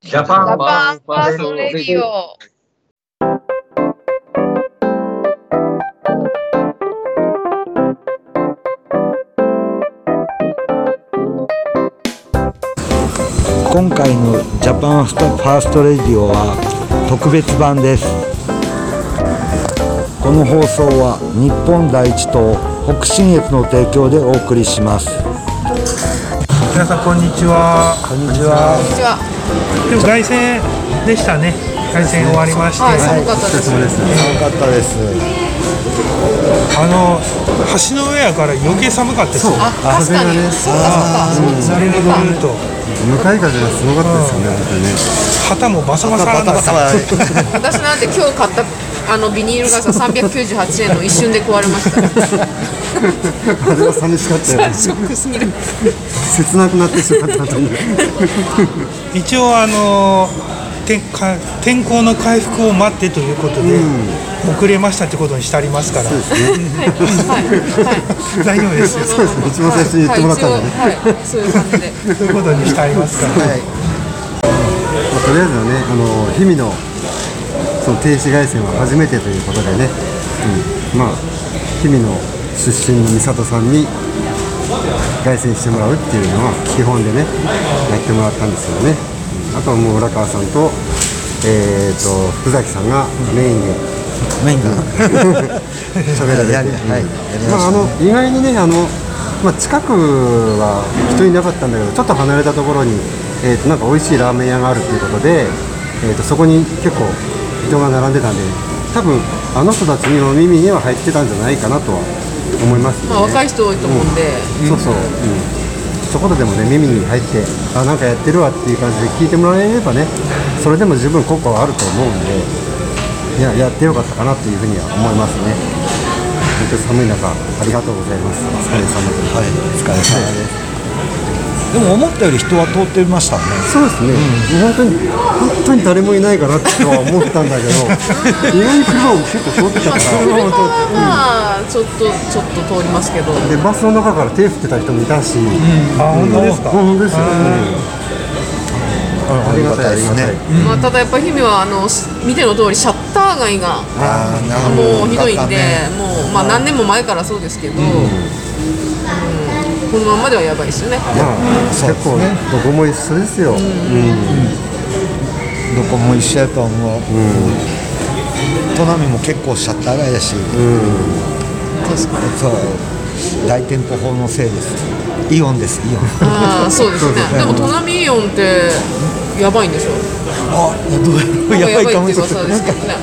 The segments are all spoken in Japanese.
ジャパンワンファーストレディオ。今回のジャパンファーストレディオは特別版ですこの放送は日本第一と北信越の提供でお送りします皆さんこんにちは。こんにちはこんにちは。今日凱旋でしたね。凱旋終わりましはい、て、寒かったです。寒かったですあの橋の上やから余計寒かったです。そう。あ、確かに。そうか、そうか。ずれると向かい風がすごかったですよね、旗もバサバサなんだっ私た。なんて今日買った。あのビニール傘398円の一瞬で壊れました。本当にね。あれは寂しかったよね。ショックすぎる。 切なくなってしまったという。一応あの天か天候の回復を待ってということで。遅れましたってことにしてありますから、はい、は 大丈夫ですよい。。そうですね一番最初に言ってもらったんでねはい、一応はい、そういう感じで。ということにしてありますから、はい。まあとりあえずはね、あの氷見のその停止外線は初めてということでね、うん、まあ氷見の出身の美里さんに凱旋してもらうっていうのは基本でねやってもらったんですけどね、うんあとはもう浦川さんと,、えー、と福崎さんがメインで。メ インが喋られて、やりはいうんやりましたねまああの意外にねあのまあ近くは人いなかったんだけどちょっと離れたところにえーとなんか美味しいラーメン屋があるということでえーとそこに結構人が並んでたんで多分あの人たちの耳には入ってたんじゃないかなとは思いますよね。まあ、若い人多いと思うんで。そうそう、うん、そこででもね耳に入ってあなんかやってるわっていう感じで聞いてもらえればねそれでも十分効果はあると思うんでいややってよかったかなというふうには思いますね本当に寒い中ありがとうございますお疲れ様です、はいお疲れ様ですでも思ったより人は通ってましたねそうですね、もう本当に本当に誰もいないかなってとは思った んだけど意外に車も結構通ってたまあ、から車 はまあ、ちょっと、ちょっと通りますけど。でバスの中から手振ってた人もいたし、あ、本当ですか。本当ですよ、ありがたいありがたい、まあ、ただやっぱり姫はあのし見ての通りシャッター街があーなもうひどいんで、もうまあ何年も前からそうですけど、うんこのままではやばいですよね。まあ、そう結です構ねどこも一緒ですよ、どこも一緒やと思う、都波も結構シャッター街だし、確かに。そう大店舗法のせいですイオンですイオンああそうですね。でもトナミイオンってやばいんでしょ。あどうなんやかやばいかっもてしれない噂ですけどね。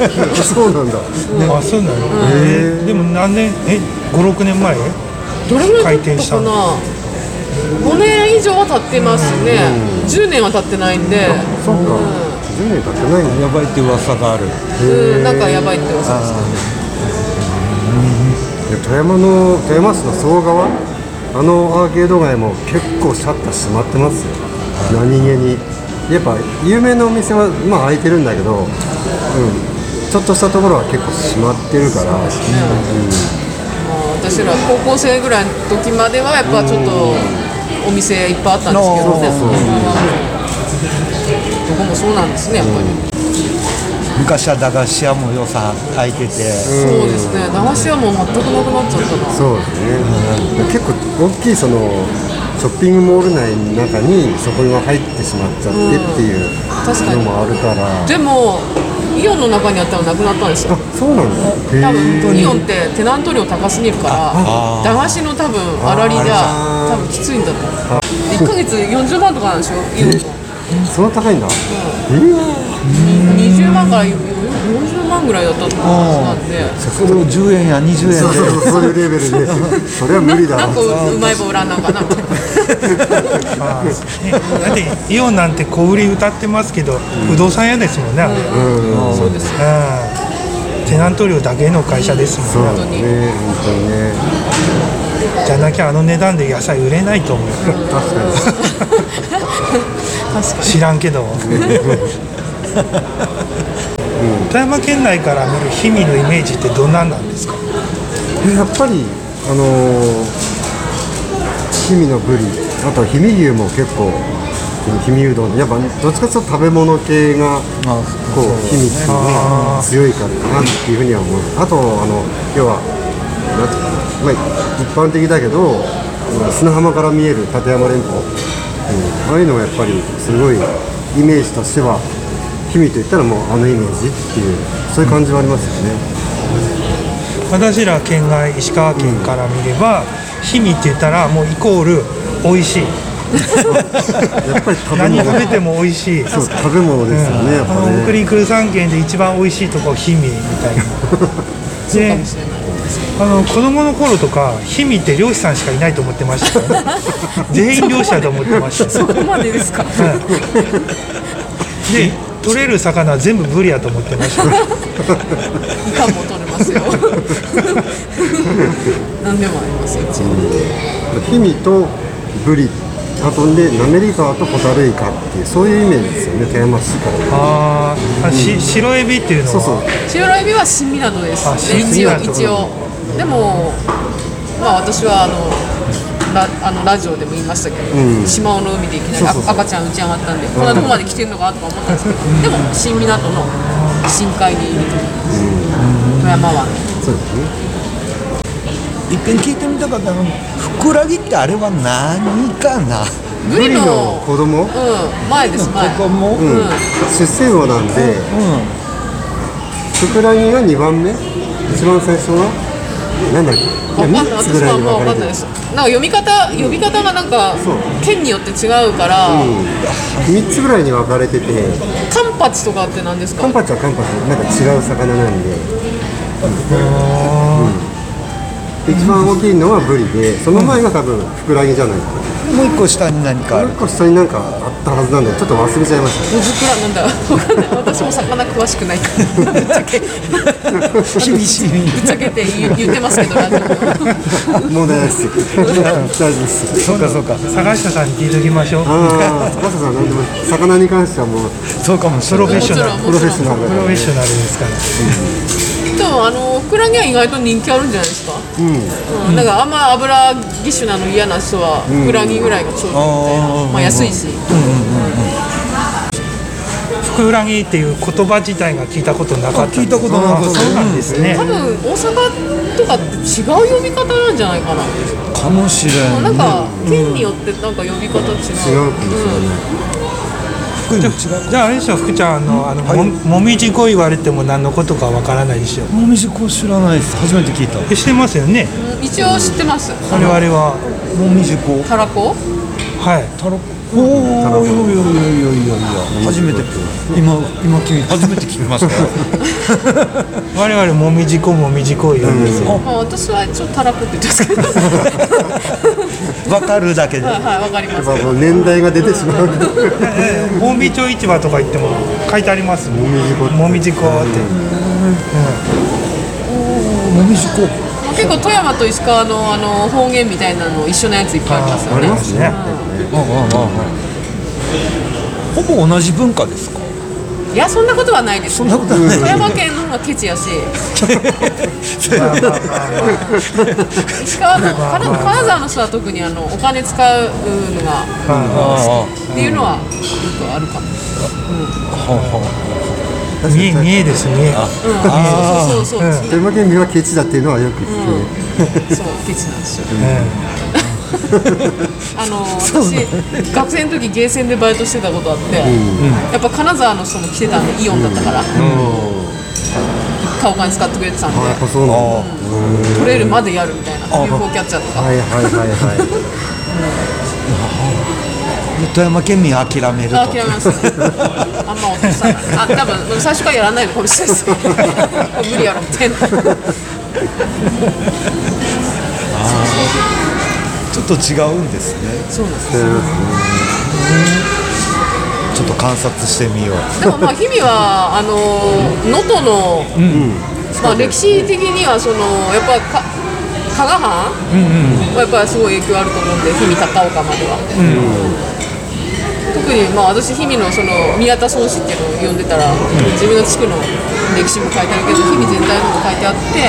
そうなんだあ、そうなの。でも何年、え、五六年前。どれぐらい経ったかな。5年以上は経ってますね。10年は経ってないんで、そうか、10年経ってないのやばいって噂があるうんなんかやばいって噂ですけど。で富山の富山市の総川あのアーケード街も結構シャッター閉まってますよ何気にやっぱ有名なお店はまあ開いてるんだけど、うん、ちょっとしたところは結構閉まってるからまあ私ら高校生ぐらいの時まではやっぱちょっとお店いっぱいあったんですけどねそうそうどこもそうなんですねやっぱり、昔は駄菓子屋もよさ開いててそうですね駄菓子屋も全くなくなっちゃったなそうですね、結構大きいそのショッピングモール内の中にそこが入ってしまっちゃってっていう確かにのもあるから、でもイオンの中にあったらなくなったんですよあそうなんだ多へ分イオンってテナント料高すぎるから駄菓子の多分あらりじゃ多分きついんだと思う1ヶ月40万とかなんでしょイオンもえそんな高いんだえ20万から40万ぐらいだったと思うはずなんでそれを10円や20円でそうそうそうそういうレベルでそれは無理だなんかうまい棒売らんなんかなあーねだってイオンなんて小売り歌ってますけど、不動産屋ですもんね、あれそうですうんテナント料だけの会社ですそうもだんねね本当にねじゃなきゃあの値段で野菜売れないと思う確かに確かに知らんけど富山県内から見る氷見のイメージってどんなんなんですかでやっぱりあのー氷見のブリあと氷見牛も結構この氷見うどんやっぱどっちかというと食べ物系がまあこう秘密がね強いからなっていうふうには思うあとあの要はなんていうかなまあ、一般的だけどあの砂浜から見える立山連峰、うん、ああいうのがやっぱりすごいイメージとしては氷見といったらもうあのイメージっていうそういう感じはありますよね、私ら県外石川県から見れば氷見って言ったらもうイコール美味しいやっぱり食べ何物食べても美味しいそう食べ物ですよねやっあぱの北ね陸三県で一番美味しいとこ氷見みたいなかでもしれないあの子供の頃とか氷見って漁師さんしかいないと思ってましたよね全員漁師だと思ってましたそこまでですか で取れる魚は全部ブリやと思ってましたイカも取れますよ 何でもありますようち氷見とブリあとで滑川とホタルイカっていうそういうイメージですよね富山市からあーあし白エビっていうのはそうそう 塩ラエビは新港ですあ新一応湊一応でもまあ私はあのラあのラジオでも言いましたけど、島尾の海でいきなりあそうそうそう赤ちゃん打ち上がったんでこんなとこまで来てるのかとか思ったんですけどでも新港の深海にいると富山湾そうですね一遍聞いてみたかったのふくらぎってあれは何かなブリの子供、うん前です前ここも、うんうん出世魚なんで、ふくらぎが2番目一番最初はなんだっけわかんないいや三つ私ぐらいはにもう分分かかんれてないるですなんか読み方呼び方がなんかそう県によって違うから、 3つぐらいに分かれててカンパチとかって何ですかカンパチはカンパチなんか違う魚なんで、うん一番大きいのはブリでその前が多分ふくらぎじゃないかなもう一個下に何かあるもう一個下になんかあったはずなんでちょっと忘れちゃいましたうずくらなんだわかんない私も魚詳しくないからぶっちゃけぶ厳しいっちゃけて言う言ってますけどラジオで 問題ないですよ大丈夫ですそうかそうか坂下さんに聞いておきましょうああ坂下さん何でも魚に関してはもうそうかもしれないプロフェッもシちョナろんルプもロちフェッろんショナルだプロからフェッショナルですからでもあのふくらぎは意外と人気あるんじゃないですかうん、なんかあんま油ぎっしゅなの嫌な人はふくらぎぐらいがちょうどいいみたいなまあ安いしふくらぎっていう言葉自体が聞いたことなかった聞いたことなかったそうなんですね多分大阪とかって違う呼び方なんじゃないかなかもしれんなんか県によってなんか呼び方違う、違うかもしれない福井も違じゃああれでしょ福ちゃんあのあの、はいももみじこ言われても何のことかわからないでしょうもみじこ知らないです初めて聞いたえしてますよねうん一応知ってます我々はもみじこたらこはいたらこおおいやいやいやいやいや初めて今今君初めて聞きました我々もみじこもみじこ言うんですよ、まあ私はちょっとたらこって言ってますけどはいわかるだけではいわかりまやっす ぱもう年代が出てしまう近江町市場とか行っても書いてありますもみじこもみじこって、もみじこ結構富山と石川のあの方言みたいなの一緒のやついっぱいありますよありねますねああああほぼ同じ文化ですかいやそんなことはないですそんなことはない富山県の方がケチやし石川の金金沢の人は特にあのお金使うのがあっていうのはよくあるかも見え見えですねそうそうそう富山県民はケチだっていうのはよく聞く、そうケチなんですよ。 あの私、学生の時ゲーセンでバイトしてたことあって、やっぱ金沢の人も来てたんでイオンだったから、一回お金使ってくれてたんで、あやっぱそうなんだ取れるまでやるみたいな UFO キャッチャーとか。はいはいはいはいあ富山県民諦めるとあ諦めました。あんま落とさない。あ、多分最初からやらないでこれしてです。 無理やろみたいな。ちょっと違うんですねそうなんです。ちょっと観察してみようでもまあ日々はあの能登の、まあ、歴史的にはそのやっぱか加賀藩はやっぱりすごい影響あると思うんで日々高岡までは、特にまあ私日々のその宮田孫子っていうのを読んでたら、自分の地区の歴史も書いてあるけど日々全体のも書いてあって、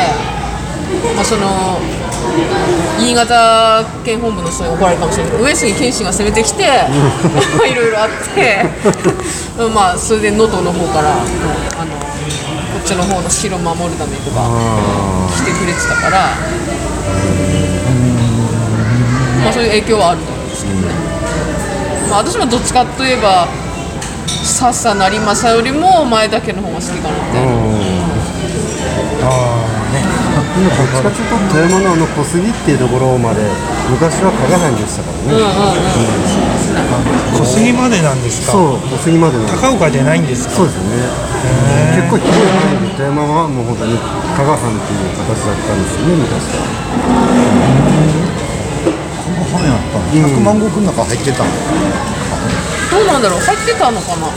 まあ、その新潟県本部の人に怒られるかもしれないけど上杉謙信が攻めてきていろいろあって うんまあそれで能登の方から、うんあのこっちの方の城を守るためとかしてくれてたから、まあ、そういう影響はあると思うんですけどね、まあ、私もどっちかといえば笹成政よりも前田家の方が好きかなって。今どっちかというと富山のあの小杉っていうところまで昔は加賀藩でしたからね、小杉までなんですかそう小杉までの高岡じゃないんですかそうですね結構広い範囲で富山はもう本当に加賀藩っていう形だったんですよね昔は本やったの100万石の中入ってたの、どうなんだろう入ってたのかな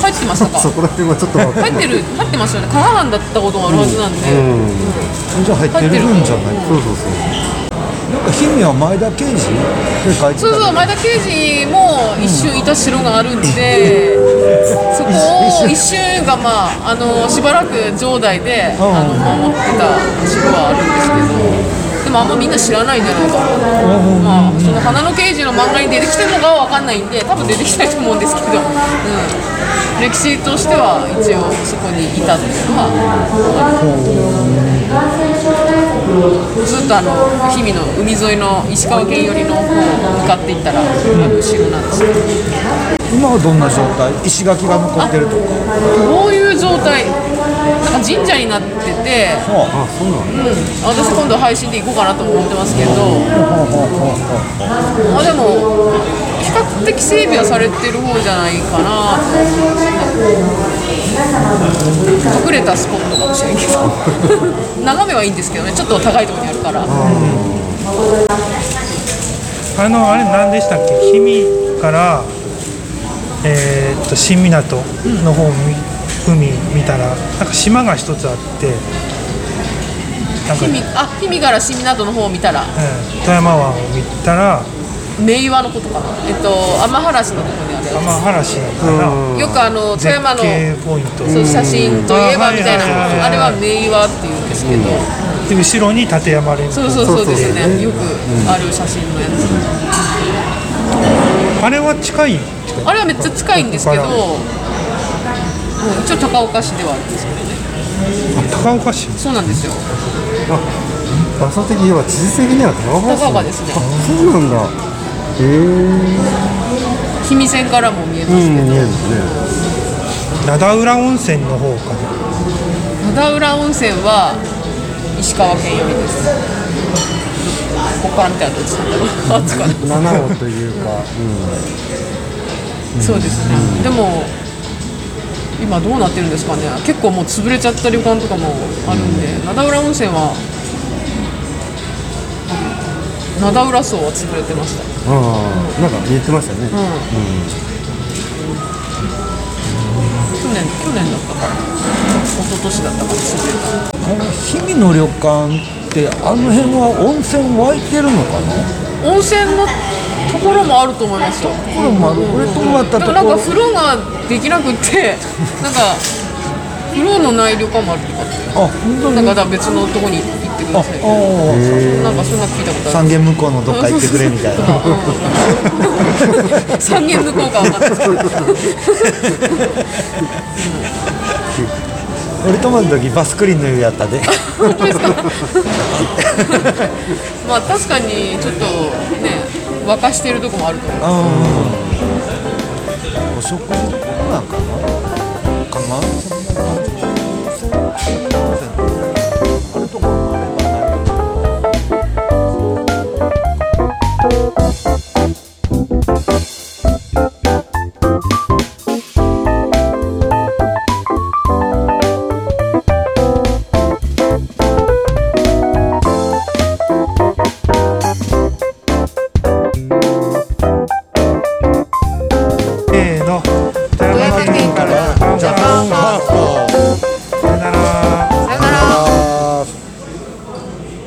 入ってましたかそこら辺はちょっと分か入っんないてる入ってますよね加賀藩だったこともあるはずなんで、じゃあ入ってるんじゃない そうそうそうなんか姫は前田刑事って書いてたそうそう前田刑事も一瞬いた城があるんで、そこを一瞬がまああのしばらく城代で、あの守ってた城はあるんですけどでもあんまみんな知らないんじゃないかな、まあ、その花の刑事の漫画に出てきてるのかは分かんないんで多分出てきたいと思うんですけど、うん、歴史としては一応そこにいたっていうのはずっとあの氷見の海沿いの石川県寄りの方向かっていったら、あの後ろなんですけど今はどんな状態石垣が残ってるとかどういう状態なんか神社になってて、はうん、私今度配信で行こうかなと思ってますけど、まあ、でも比較的整備はされてる方じゃないかな隠れたスポットかもしれんけど眺めはいいんですけど ねちょっと高いところにあるから。あのあれ何でしたっけ氷見からえーっと新港の方を見海見たらなんか島が一つあってなんか、氷うん、見あ氷見から氷見などの方を見たら富山湾を見たら明和のことかなえっと天原市のとこにある天原市のかなよくあの富山の絶景ポイントそう写真といえばみたいうんはいはいはいはいなあれは明和っていうんですけど、で後ろに立山連峰そうそうそうですよねよくある写真のやつ、あれは近いあれはめっちゃ近いんですけど、こうこかん、一応高岡市ではあるんですけどね高岡市そうなんですよ場所的には地図的には高岡市高岡ですねあそうなんだへえ氷見線からも見えうますけん見えどるね灘浦温泉の方かな灘浦温泉は石川県寄りですここから見たらどっちなんだろうあっち かな七尾というか、そうですね、でも今どうなってるんですかね結構もう潰れちゃった旅館とかもあるんで、灘浦温泉は灘浦荘は潰れてましたうん、ああなんか言ってましたよね、去年去年だったかな一昨年だったかな潰れあたこの氷見の旅館ってあの辺は温泉湧いてるのかな温泉のところもあると思いますよこれまあ俺と思ったでとこもなんかろ風呂ができなくってなんか風呂のない旅館もあるとかってあ本当なにんあかだから別のとこに行ってくださいあなんかそんな聞いたことある三軒向こうのどっか行ってくれみた いな三軒向こうか 分かんないですけど俺ともの時バスクリーンの湯やった でまあ確かにちょっとね沸かしてるとこもあると思うお食事なんかなかな